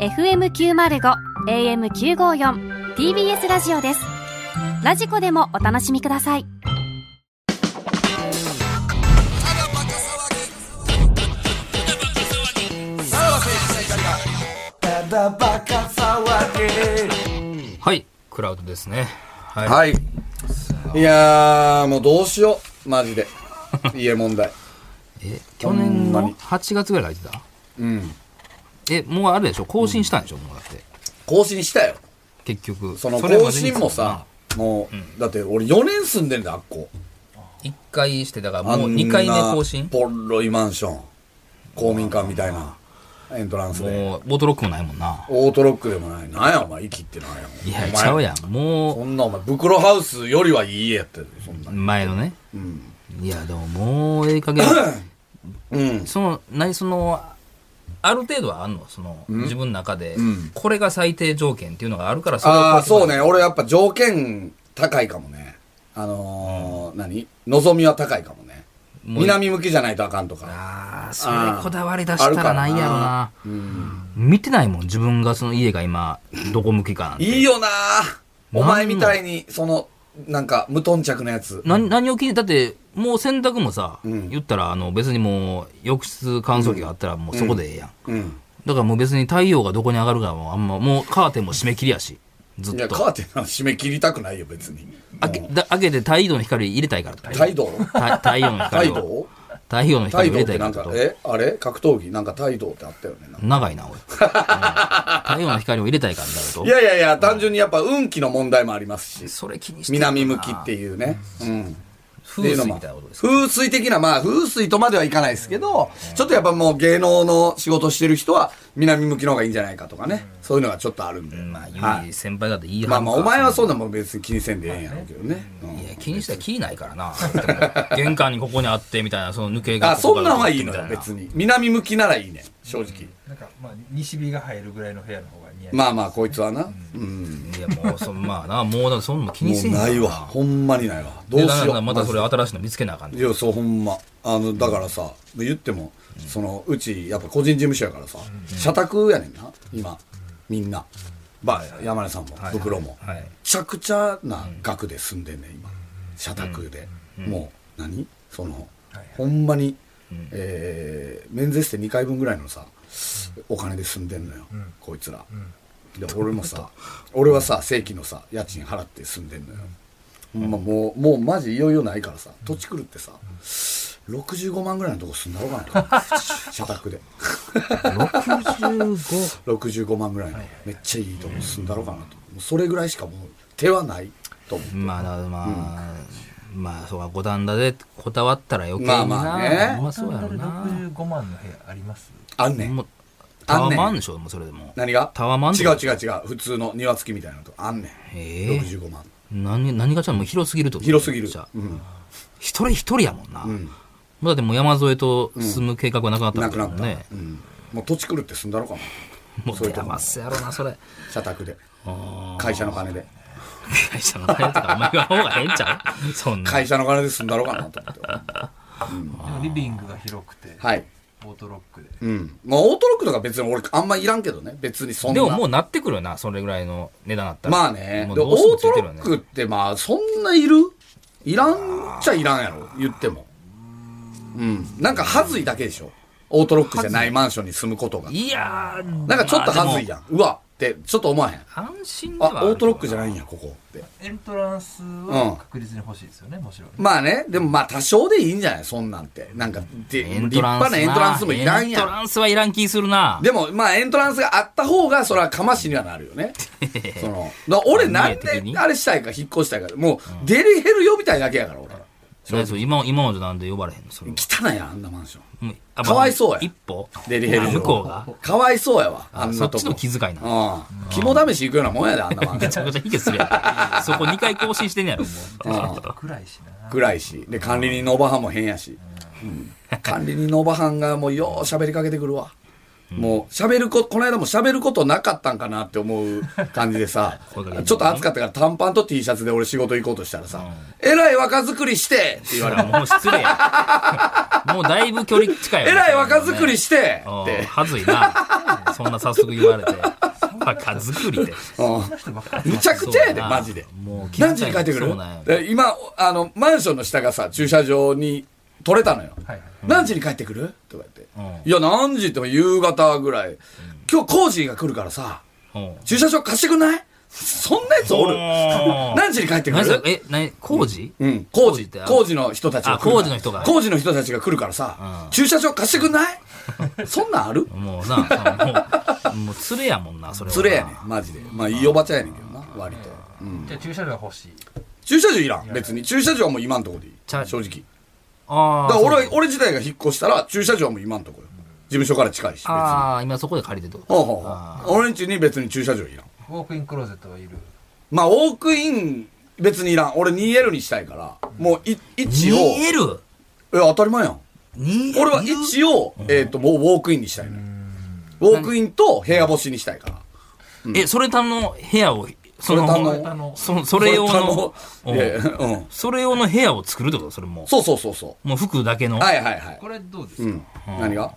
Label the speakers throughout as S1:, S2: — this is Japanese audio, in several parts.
S1: FM905 AM954 TBS ラジオですラジコでもお楽しみください
S2: はいクラウドですねはい、
S3: はい。いやー、もうどうしよう。マ ジで。家問題。
S2: え去年
S3: ほんま
S2: の
S3: に
S2: 8月ぐらいから入
S3: うん。
S2: ってたえもうあれでしょ更新したんでしょ、もうだって
S3: 更新したよ。
S2: 結局
S3: その
S2: れま
S3: 更
S2: でに
S3: 新もさ、もう、だって俺4年住んでんだ、あっこ。
S2: 1回してだから
S3: あん
S2: もう
S3: な
S2: 2回目更新
S3: ボロいマンション。公民館みたいな。エントランスで。
S2: もうボートロックもないもんな
S3: オートロックでもない。なんや、お前、息ってなんや。
S2: いや
S3: お前
S2: ちゃうやんも
S3: そんな、お前、袋ハウスよりはいい家やってる。そんな
S2: う。前のね
S3: うん。
S2: いやでももうええ 加減
S3: うん。
S2: その何そのある程度はあんのその、自分の中で、
S3: ん
S2: これが最低条件っていうのがあるかられを
S3: ああ、
S2: 超え
S3: そ
S2: て
S3: う
S2: こない
S3: ね。俺やっぱ条件高いかもね。あのー、何望みは高いかもね。
S2: もう
S3: 南向きじゃないとあかんとか。
S2: ああそれこだわり出したらないやろな
S3: あうん
S2: 見てないもん自分がその家が今どこ向きかなんて
S3: いいよなーお前
S2: なん
S3: み
S2: の
S3: たいに、その、なんか、無頓着なやつ。
S2: 何何を聞いてだってもう洗濯もさ、
S3: うん
S2: 言ったらあの別にもう浴室乾燥機があったらもうそこでええやん、
S3: うん。
S2: だからもう別に太陽がどこに上がるかもあんまもうカーテンも締め切りやしず
S3: い
S2: っ
S3: や、カ
S2: と
S3: ーテンは締め切りたくないよ、別に。
S2: 開けだ開けて太陽の光入れたいからと
S3: 態度
S2: た太陽の
S3: 態
S2: 光
S3: 度
S2: を太陽の光
S3: 態
S2: を入
S3: 度
S2: れ
S3: ったて
S2: いか
S3: な
S2: ら
S3: ん
S2: と
S3: か、えあれ格闘技なんか態度ってあったよね。なんか
S2: 長いなおい、うん太陽の光を入れたいからになると
S3: いやいやいや、単純にやっぱ運気の問題もありますし、
S2: それ気にしてる
S3: 南向きっていうね。うん。
S2: 風水みたいなことですか
S3: 風水的な、まあ風水とまではいかないですけど、ちょっとやっぱもう芸能の仕事してる人は南向きの方がいいんじゃないかとかね、そういうのがちょっとあるんで。
S2: まあ
S3: は
S2: ゆい
S3: い
S2: 先輩だって言い張る
S3: まあまあお前はそん
S2: う
S3: なもん別に気にせんでええんやろうけどね。うん
S2: いや気にしたら気ないからな玄関にここにあってみたいなその抜けが
S3: あ、そんなんはいいの
S2: ここ
S3: よ
S2: が、どうって
S3: 別に。南向きならいいね、正直。
S4: なんか、まあ、西日が入るぐらいの部屋の方が似合い
S3: まあまあ、こいつはな。うん。
S2: みたいないやもうそんまあなもうだそんな気に
S3: も
S2: せ
S3: うん
S2: から
S3: ないわ。ほんまにないわ。どう
S2: で
S3: し
S2: だか
S3: よ
S2: ら
S3: う。
S2: またそれ
S3: マ
S2: 新しいの見つけなあかん
S3: ジ
S2: ね
S3: でいや、そう、ほんま。あの、だからさ、言っても、その、うち、やっぱ個人事務所やからさ、社宅やねんな、今。みんな。ば、山根さんも、袋も。
S2: はいはい
S3: めちゃくちゃな額で住んでんねん今社宅で、もう何その、ほんまに、えー、免税して2回分ぐらいのさお金で住んでんのよ、こいつら、で俺もさ俺はさ正規のさ家賃払って住んでんのよ、ほんまもうもうマジいよいよないからさ土地狂ってさ65万ぐらいのとこ住んだろうかなと思 って社宅で
S2: 65
S3: 65万ぐらいのめっちゃいいとこ住んだろうかなと、もうそれぐらいしかもう手はないと思う
S2: まあだからまあ、まあそうか五反田でこだわったら余計にな、
S3: まあまあね
S2: まあそうやろうな
S4: 65万の部屋あります
S3: あんねん
S2: もうタワマンでしょもうそれでも
S3: 何が
S2: タワマン
S3: 違う違う違う普通の庭付きみたいなのとあんねん、
S2: ええ
S3: 65万
S2: 何何がちゃうもう広すぎるってこと
S3: 広すぎる
S2: じゃあ
S3: うん
S2: 一人一人やもんな、
S3: ん
S2: もうだってもう山添と住む計画はなくなったわ
S3: な
S2: け
S3: く
S2: だ
S3: な
S2: も
S3: っ
S2: ん
S3: た、
S2: ね、
S3: うん、もう土地狂って住んだろかな
S2: もう手余すやろなそれ
S3: 社宅で会社の金で
S2: 会社の金とかお前が方がええんちゃうそんな
S3: 会社の金で住んだろかなと思って
S4: でもリビングが広くて、
S3: はい
S4: オートロックで
S3: うんまあオートロックとか別に俺あんまいらんけどね別にそんな
S2: でももうなってくるよなそれぐらいの値段だったら
S3: まあね
S2: もう
S3: でオ
S2: どうしても
S3: ー
S2: つい
S3: ト
S2: て
S3: ロ
S2: るよね
S3: ックってまあそんないるいらんっちゃいらんやろ言ってもうんなんかはずいだけでしょオートロックじゃないマンションに住むことが
S2: いやー
S3: なんかちょっと
S2: まあでも
S3: はずいやん、うわってちょっと思わへん
S2: 安心では
S3: あオートロックじゃ
S2: い
S3: ないんやここって
S4: エントランス
S3: うん
S4: は確実に欲しいですよね、もちろん
S3: まあねでもまあ多少でいいんじゃないそんなんてなんかで立派なエントランスもいらん
S2: エン
S3: や
S2: ト
S3: ん
S2: ランスはいらん気するな
S3: でもまあエントランスがあった方がそれはかましにはなるよ ねそのだから俺なん
S2: 運命的に
S3: であれしたいか引っ越したいかもうデリヘル呼びたいだけやから俺
S2: 何それ今今までなんで呼ばれへんのそれは
S3: 汚いやんあんなマンション
S2: もうあ
S3: かわいそうや
S2: 一歩
S3: デリヘル
S2: あ向こうが
S3: かわいそうやわ
S2: あ
S3: あんなとこ
S2: そっちの気遣いな
S3: うん肝試し行くようなもんやであんなマンシ
S2: めちゃ
S3: ョン
S2: くちゃ卑下するやんそこ2回更新してんねやろもう
S4: 暗いしな
S3: 暗いしで管理人のおばはんも変やし、うん管理人のおばはんがもうよう喋りかけてくるわ、もう喋るここの間も喋ることなかったんかなって思う感じで さ
S2: 声かけてくる
S3: ちょっと暑かったから短パンと T シャツで俺仕事行こうとしたらさ「えらい若作りして!」って言われる
S2: もう失礼 やもうだいぶ距離近い
S3: えらい若作り
S2: し
S3: して!」
S2: っ
S3: って
S2: はずいなそんな早速言われてバカ作りで。
S3: うん
S4: その人ばっかり
S3: むちゃくちゃやで、マジで。
S2: もう気遣
S3: 何
S2: い
S3: 時に帰ってく
S2: そ
S3: る
S2: うなんや
S3: え今、あの、マンションの下がさ、駐車場に取れたのよ。
S4: はいはい
S3: 何時に帰ってくるとか
S2: う
S3: 言
S2: ん
S3: って。いや、何時っても夕方ぐらい。今日工事が来るからさ、
S2: うん
S3: 駐車場貸してくんないそんなやつおる。
S2: おー
S3: 何時に帰ってく
S2: 何それ
S3: る
S2: え、何工事
S3: うん、工
S2: 工事
S3: 事
S2: ってあの
S3: 工事の人たちが来るから。
S2: あ工事の人が
S3: 工事の人たちが来るからさ
S2: う、ん
S3: 駐車場貸してくんないそんなんある
S2: もうな、そのもう、もう連れやもんな、それは。
S3: それやねん、マジで。まあ、いいおばちゃんやねんけどな、割と。うん
S4: じゃあ駐車場が欲しい
S3: 駐車場いらん別に駐車場はもう今んとこでいい
S2: ちゃ
S3: 正直
S2: あ
S3: だ
S2: あ。
S3: から俺は
S2: そう
S3: 俺自体が引っ越したら駐車場はもう今んとこよ事務所から近いし別にほ
S2: ああ、今そこで借りてる
S3: うほう
S2: あ
S3: ほう俺んちに別に駐車場いらん
S4: ウォークインクローゼットはいる
S3: まあウォークイン別にいらん俺 2L にしたいからもうい一応え
S2: 2L?
S3: 当たり前やん
S2: 2L?
S3: 俺は一応えっともうウォークインにしたいのよウォークインと部屋干しにしたいから
S2: え、それたんの部屋を、そ
S3: それたんの
S4: あの
S2: そそれ用の
S3: こ、れ頼むいやいやうん
S2: それ用の部屋を作るってことそれも。
S3: そうそうそうそう
S2: もう服だけの。
S3: うはいはいはい
S4: これどうです
S3: う
S4: か
S3: ん何が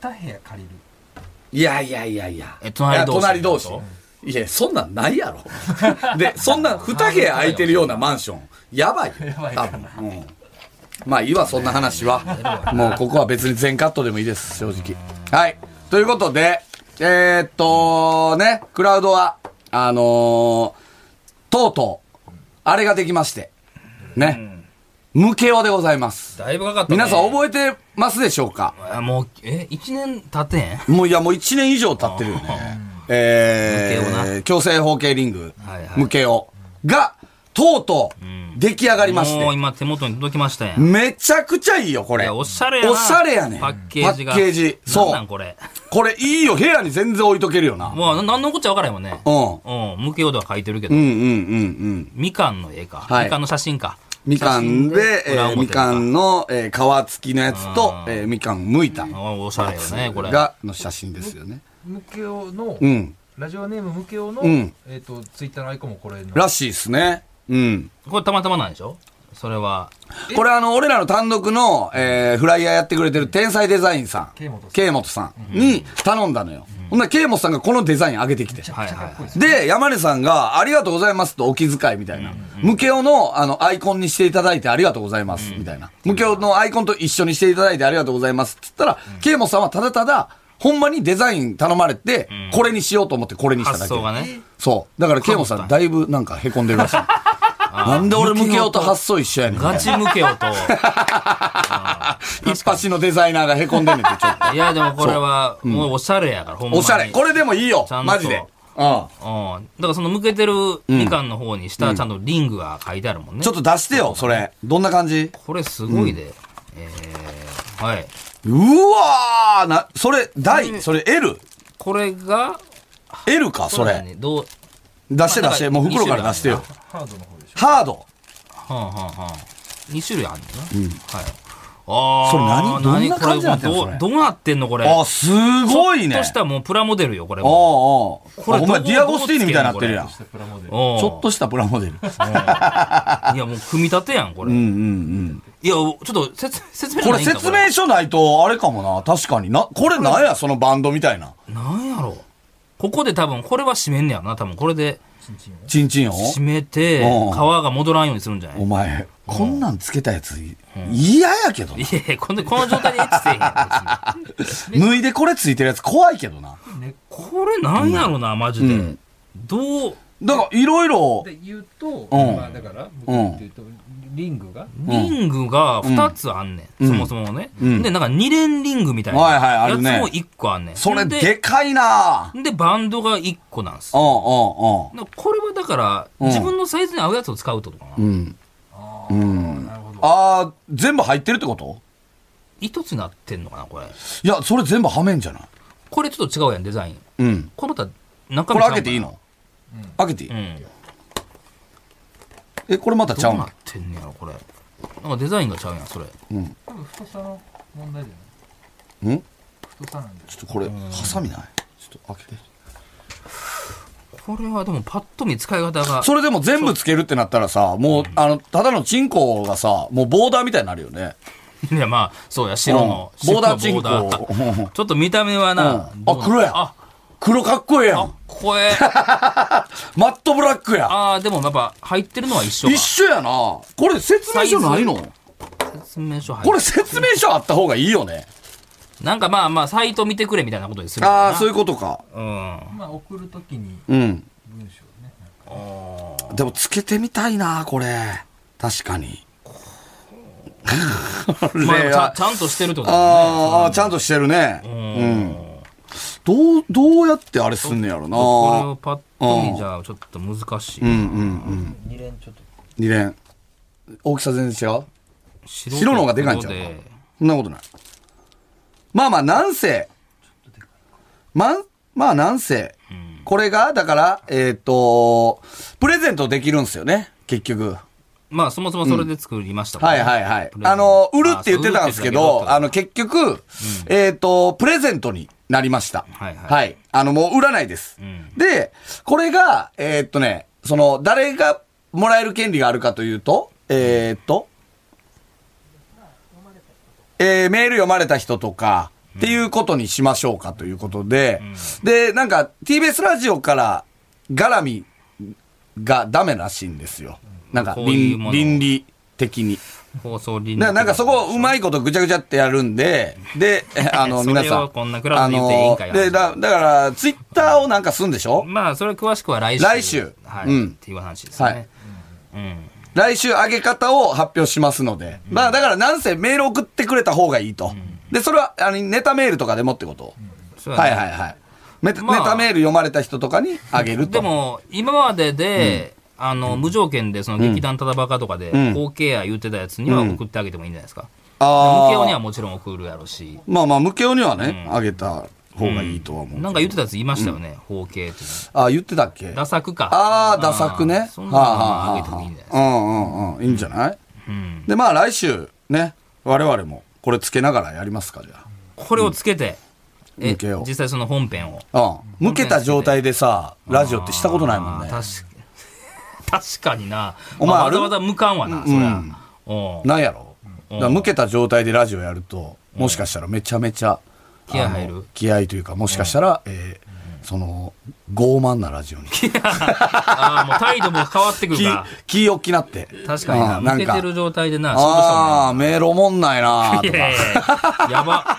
S4: 2部屋借りる
S3: いやいやいやいや。
S2: え隣同士
S3: いや隣同士
S2: ってこ。
S3: いや、そんなんないや ろ。で、そんな二部屋空いてるようなマンション、やばいよ
S4: やば。い
S3: 多
S4: か
S3: 分。うん。まあいいわ、そんな話は。もうここは別に全カットでもいいです、正直。はい。ということで、えー、っと、ね、クラウドは、あのーとうとう、あれができまして、ね、無形でございます。
S2: だいぶかかったね。
S3: 皆さん覚えてますでしょうか
S2: あもう、え、1年経ってへん
S3: もういや、もう1年以上経ってるよね。え
S2: 無形を
S3: ー、強制包茎リング
S2: はいは、い
S3: 無形を、が、とうとう、出来上がりまし
S2: もう
S3: て、
S2: 今手元に届きましたやん。
S3: めちゃくちゃいいよ、こ
S2: い
S3: れ。
S2: や、おしゃれやな。
S3: おしゃれやねん
S2: パッケージが。
S3: パッケージそう
S2: なんなんこれ。
S3: これいいよ、部屋に全然置いとけるよな。
S2: もう、なんのこっちゃわからへんもんね。
S3: うん。
S2: うん。無形では書いてるけ
S3: う
S2: ど
S3: んう。んうん
S2: みかんの絵か。
S3: はい
S2: みかんの写真か。
S3: うん。みかんで、え
S2: 裏
S3: ー
S2: 表
S3: みかんの、えー皮付きのやつと、
S2: うん
S3: えーみかん剥いた、
S2: あおしゃれよね、これ。
S3: が、の写真ですよね。
S4: ムケオの
S3: うん。
S4: ラジオネームムケオの
S3: うん
S4: えっとツイッターのアイコンもこれの
S3: らしいですね。うん。
S2: これたまたまなんでしょそれは。
S3: これあの、俺らの単独の、えーフライヤーやってくれてる天才デザインさん、
S4: ケイモトさん
S3: ケイモトさんに頼んだのよ。ほんならケイモトさんがこのデザイン上げてきて。
S2: はいはいはい。
S3: で、山根さんが、ありがとうございますとお気遣いみたいな。ムケオの、あの、アイコンにしていただいてありがとうございます、みたいな。ムケオのアイコンと一緒にしていただいてありがとうございますって言ったら、ケイモトさんはただただ、ほんまにデザイン頼まれて、これにしようと思ってこれにしただ
S2: 発
S3: け
S2: 想。がね。
S3: そう。だからケイモトさんだいぶなんか凹んでるらしい。なんで俺ムケオと発想一緒やねん。
S2: ガチムケオと。
S3: 一発のデザイナーがへこんでんねん て、ちょっ
S2: いや、でもこ れは、もうおしゃれやから、ほん
S3: と。
S2: まに。
S3: おしゃれ。これでもいいよ
S2: ちゃん。と
S3: マジで。うん。
S2: うん。だからその向けてるみかんの方に下、ちゃんとリングが書いてあるもんね。
S3: ちょっと出してよ、それ。どんな感じ
S2: これすごいで。えー、はい。
S3: うわーな、それ、大、それ L。
S2: これが、
S3: L か、そ
S2: だ
S3: れ。
S2: ねどう、
S3: 出して出して、
S2: ま
S3: も
S2: あ
S3: う袋から出してよ。
S4: ハードの方でしょ
S3: ハード。
S2: はんはんはん。2種類あるんだな。はい。あー、
S3: それ何どんな感じになってんの
S2: これ
S3: それ
S2: どうどうなってんのこれ。
S3: あ、すごいね。
S2: ちょっ
S3: あ
S2: としたもうプラモデルよ、これ
S3: あ、ああ。
S2: も。
S3: お
S2: これどう
S3: 前、ディアゴスティーニみたいになってるやん。
S4: そ
S3: ち
S4: してプラモデル
S2: おう
S3: ょっとしたプラモデル。
S2: いや、もう組み立てやん、これ。
S3: うん
S2: い
S3: うんうん。
S2: や、ちょっと説説明
S3: こ
S2: な
S3: れ
S2: いんか
S3: 説明書ないと、あれかもな。確かにな。これなんや、そのバンドみたいな。
S2: なんやろここで多分、これは締めんねやろな、多分。これで
S4: チンチンを
S3: チンチンを
S2: 締めて、皮
S3: うん
S2: が戻らんようにするんじゃない。
S3: お前、こんなんつけたやつ、嫌やけどない
S2: やいや、このこの状態でエッチせえへんやろ別に。
S3: 脱いでこれついてるやつ怖いけどな。
S4: ね
S2: これなんやろな、マジで。
S3: うん
S2: どう、
S3: だから、いろいろ、
S4: で言うと、
S3: うん
S4: まあだから、僕が言うとリングが、
S2: リングが2つあんねん。
S3: うん
S2: そもそもね、
S3: うん
S2: で、なんか2連リングみたいな。
S3: はいはいあるね
S2: やつも1個あんねん。
S3: それ
S2: で
S3: でかいな
S2: で、バンドが1個なんです
S3: う。ん
S2: だからこれはだから、
S3: うん
S2: 自分のサイズに合うやつを使うってことかな。
S3: うんうん。うん。う
S4: あー
S3: ん。
S4: なるほど
S3: あー、全部入ってるってこと
S2: 一つになってんのかな、これ。
S3: いや、それ全部はめんじゃない
S2: これちょっと違うやん、デザイン。
S3: うん。
S2: このた中
S3: これ開けていい
S2: の
S3: の開けていい
S2: うん。
S3: え、これまたちゃ
S2: ど
S3: う
S2: うな
S3: の
S2: ってんねやろ、これ。なんかデザインがちゃうやん、それ。
S3: うん。
S4: 多分太さの問題じゃ
S3: うんちょ
S4: ない太さなんで
S3: っとこれ、ハサミないちょっと開けて。
S2: これはでもパッと見使い方が。
S3: それでも全部つけるってなったらさ、もう、あの、ただのチンコがさ、もうボーダーみたいになるよね。
S2: いや、まあ、そうや、白の。
S3: うんボーダー
S2: 白の
S3: チンコ。
S2: ちょっと見た目はな
S3: う。ん
S2: どうな
S3: あ黒や
S2: あ、
S3: 黒かっこええやん。
S2: こ 怖え。
S3: マットブラックや。
S2: ああ、でもやっぱ入ってるのは一緒か
S3: 一。緒やな。これ説明書ないの
S2: 説明書入って
S3: これ説明書あった方がいいよね。
S2: なんかまあまあ、サイト見てくれみたいなことでするのかな
S3: ああ、そういうことか。
S2: うん。
S4: まあ送るときに
S3: うん。
S4: 文章ねなんか
S3: でもつけてみたいな、これ。確かに。
S2: まあでもちゃ
S3: あ
S2: ちゃんとしてるってことだね。
S3: あー、ちゃんとしてるね。うん。どう、どうやってあれすんねやろな。
S2: これをパッと
S3: うん
S2: 見じゃあちょっと難しい。
S3: うんうんうん。
S4: 二連ちょっと
S3: 二連。大きさ全然違う
S2: 白
S3: 白の方がでかいんちゃう
S2: 黒で
S3: そんなことない。まあまあ、なんせ。まん、まあなんせ。これが、だから、えっと、プレゼントできるんすよね。結局。
S2: まあそもそもそれで作りましたもん
S3: は
S2: ね
S3: いはいはい
S2: プレ。ゼント
S3: あの、売るって言ってたんですけ
S2: あそう売るって言ってたけ
S3: ど、
S2: ど
S3: あの、結局、えっと、プレゼントになりました。
S2: はいはい
S3: はい。あの、もう売らないです。
S2: ん
S3: で、これが、えっとね、その、誰がもらえる権利があるかというと、えっと、えーメール読まれた人とか、っていうことにしましょうかということで、で、なんか TBS ラジオから絡みがダメらしいんですよ。なんか
S2: こういう
S3: 倫
S2: もの
S3: 倫理的に。
S2: 放送倫理
S3: ななんかそこをうまいことぐちゃぐちゃってやるんで、で、えあの、
S2: それを
S3: 皆さん。
S2: こんなクラブで言っていいんかい
S3: あので、だ、だから、ツイッターをなんかすんでしょ
S2: まあそれ詳しくは来週
S3: 来週
S2: はい、
S3: うん
S2: っていう話ですね、
S3: はい
S2: うん
S3: 来週上げ方を発表しますので。まあ、だから、なんせメール送ってくれた方がいいと。で、それは、あの、ネタメールとかでもってこと、
S2: そうや
S3: は
S2: ね
S3: いはいはい。メタ
S2: まあ
S3: ネタメール読まれた人とかにあげると。
S2: でも今までで、あの無条件でその劇団ただバカとかで
S3: ん
S2: 後継や言ってたやつには送ってあげてもいいんじゃないですか、
S3: あ
S2: 無
S3: ー
S2: 形にはもちろん送るやろうし
S3: まあまあ、無形にはね、あげた方がいいとは思う。
S2: なんか言ってたやついましたよね、包茎っていう
S3: ああ、言ってたっけ
S2: の。ダサくか。
S3: ああ、ダサくね。
S2: そんなのあげてもいいんじゃないですか。
S3: はあはあはあうんうんうん。いいんじゃない、
S2: うん
S3: で、まあ来週ね、我々もこれつけながらやりますか、じゃ
S2: これをつけて、え
S3: 向けよう
S2: 実際その本編を。
S3: あ。うん。向けた状態でさ、ラジオってしたことないもん
S2: あ
S3: ね
S2: ー。確か 確かにな。
S3: お
S2: お
S3: 前
S2: 前、
S3: あ
S2: わ
S3: る
S2: ざわざ向かんわな、そりゃ。おう
S3: なんやろ、
S2: うん
S3: だから向けた状態でラジオやると、もしかしたらめちゃめちゃ、
S2: 気合入る
S3: あの気合というか、もしかしたら、えーその、傲慢なラジオに。
S2: ああ、もう態度も変わってくる
S3: 気
S2: か、
S3: 気大 きなって。
S2: ら。確かに
S3: う
S2: な。
S3: んな
S2: 向
S3: ん
S2: け
S3: か
S2: て、る状態でな、仕事したもん
S3: ああ、メールおもんないなー
S2: な。
S3: と
S2: い
S3: か。
S2: やいやいや、やば。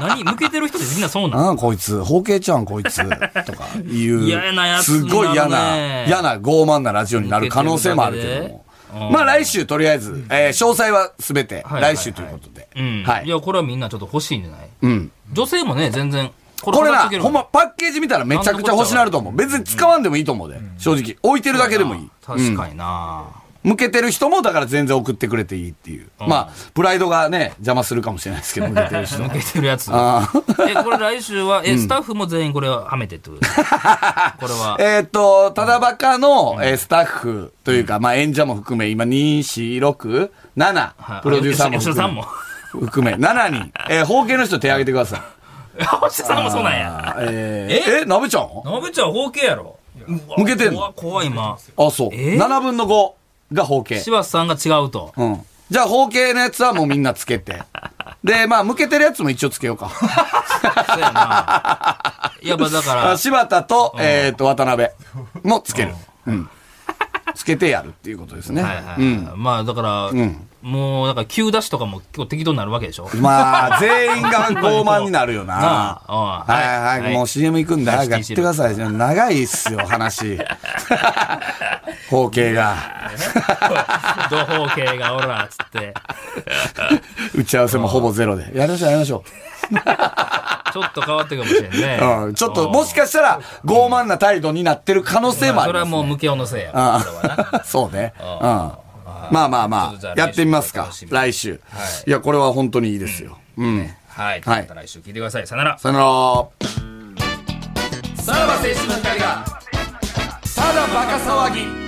S2: 何向けてる人ってみんなそうなの
S3: なんこいつ、包茎ちゃんこいつ、と かいう。
S2: 嫌なやつ
S3: すっごい嫌
S2: になる
S3: な
S2: ね、
S3: 嫌な傲慢なラジオになる可能性もあるけども
S2: う。ん
S3: まあ来週とりあえず、えー詳細はすべて
S2: はいはいは
S3: 来
S2: い
S3: 週ということで。
S2: うん。。
S3: はいい。
S2: や、これはみんなちょっと欲しいんじゃない
S3: うん。
S2: 女性もね、全然。こ
S3: これ
S2: 育
S3: な、
S2: てていける
S3: ほんまパッケージ見たらめちゃくちゃ欲しなると思う。別に使わんでもいいと思うで。正直。置いてるだけでもいい。
S2: 確かにな、
S3: 向けてる人もだから全然送ってくれていいっていう。
S2: うん
S3: まあ、プライドがね、邪魔するかもしれないですけど、向けて る人
S2: 抜。けてるやつ。
S3: あー
S2: え、これ来週は、え、スタッフも全員これははめてっ てことですかこれは。
S3: えーっと、ただばかの、えースタッフというか、まあ演者も含め、今、2、4、6、
S2: はい
S3: 7、プロデューサーも
S2: 吉田さ んも
S3: 含。め、含 め7人。えー、包茎の人手挙げてください。
S2: 吉田さんもそうなんや。
S3: あーえー、え、なべちゃん
S2: なべちゃん包茎やろ。うわ
S3: 向けてんの
S2: 怖怖い今。
S3: あ、そう。
S2: えー
S3: 7分の5が包茎。
S2: 柴田さんが違う と。
S3: うん。じゃあ、包茎のやつはもうみんなつけ て。で、まあ、向けてるやつも一応つけようか。
S2: そうやな。やっぱだか ら
S3: あ、柴田と、えーっと、渡辺もつける。うん。つけてやるっていうことですね。
S2: はいはい、
S3: うん。
S2: まあだから、もう、だから、急出しとかも結構適当になるわけでしょ。
S3: まあ、全員が傲慢になるよ な。
S2: なあ
S3: は
S2: うん
S3: い
S2: はい
S3: はい、もう CM 行くんだ。
S2: は
S3: 早
S2: い
S3: くやってください。長いっすよ、 話。光景が。
S2: どう包茎がおら、つって。
S3: 打ち合わせもほぼゼロで。やりましょう、やりましょ
S2: ちょっと変わってるかもしれんね。
S3: う。うん。ちょっと、もしかしたら、傲慢な態度になってる可能性も
S2: まあ
S3: あ
S2: そ
S3: る、
S2: れはもう、
S3: ね。
S2: 無形のせいや。
S3: あ
S2: これはな。
S3: あ そうね。うん。まあまあ
S2: ちょ
S3: ま
S2: っとじゃ
S3: あ
S2: あ、
S3: やってみますか
S2: 来週。
S3: 来週
S2: はい。
S3: いや、これは本当にいいですよ。うん。
S2: はい。
S3: はい
S2: また来週聞いてください。さよなら。
S3: さよなら。さらば青春の光が、ただバカ騒ぎ。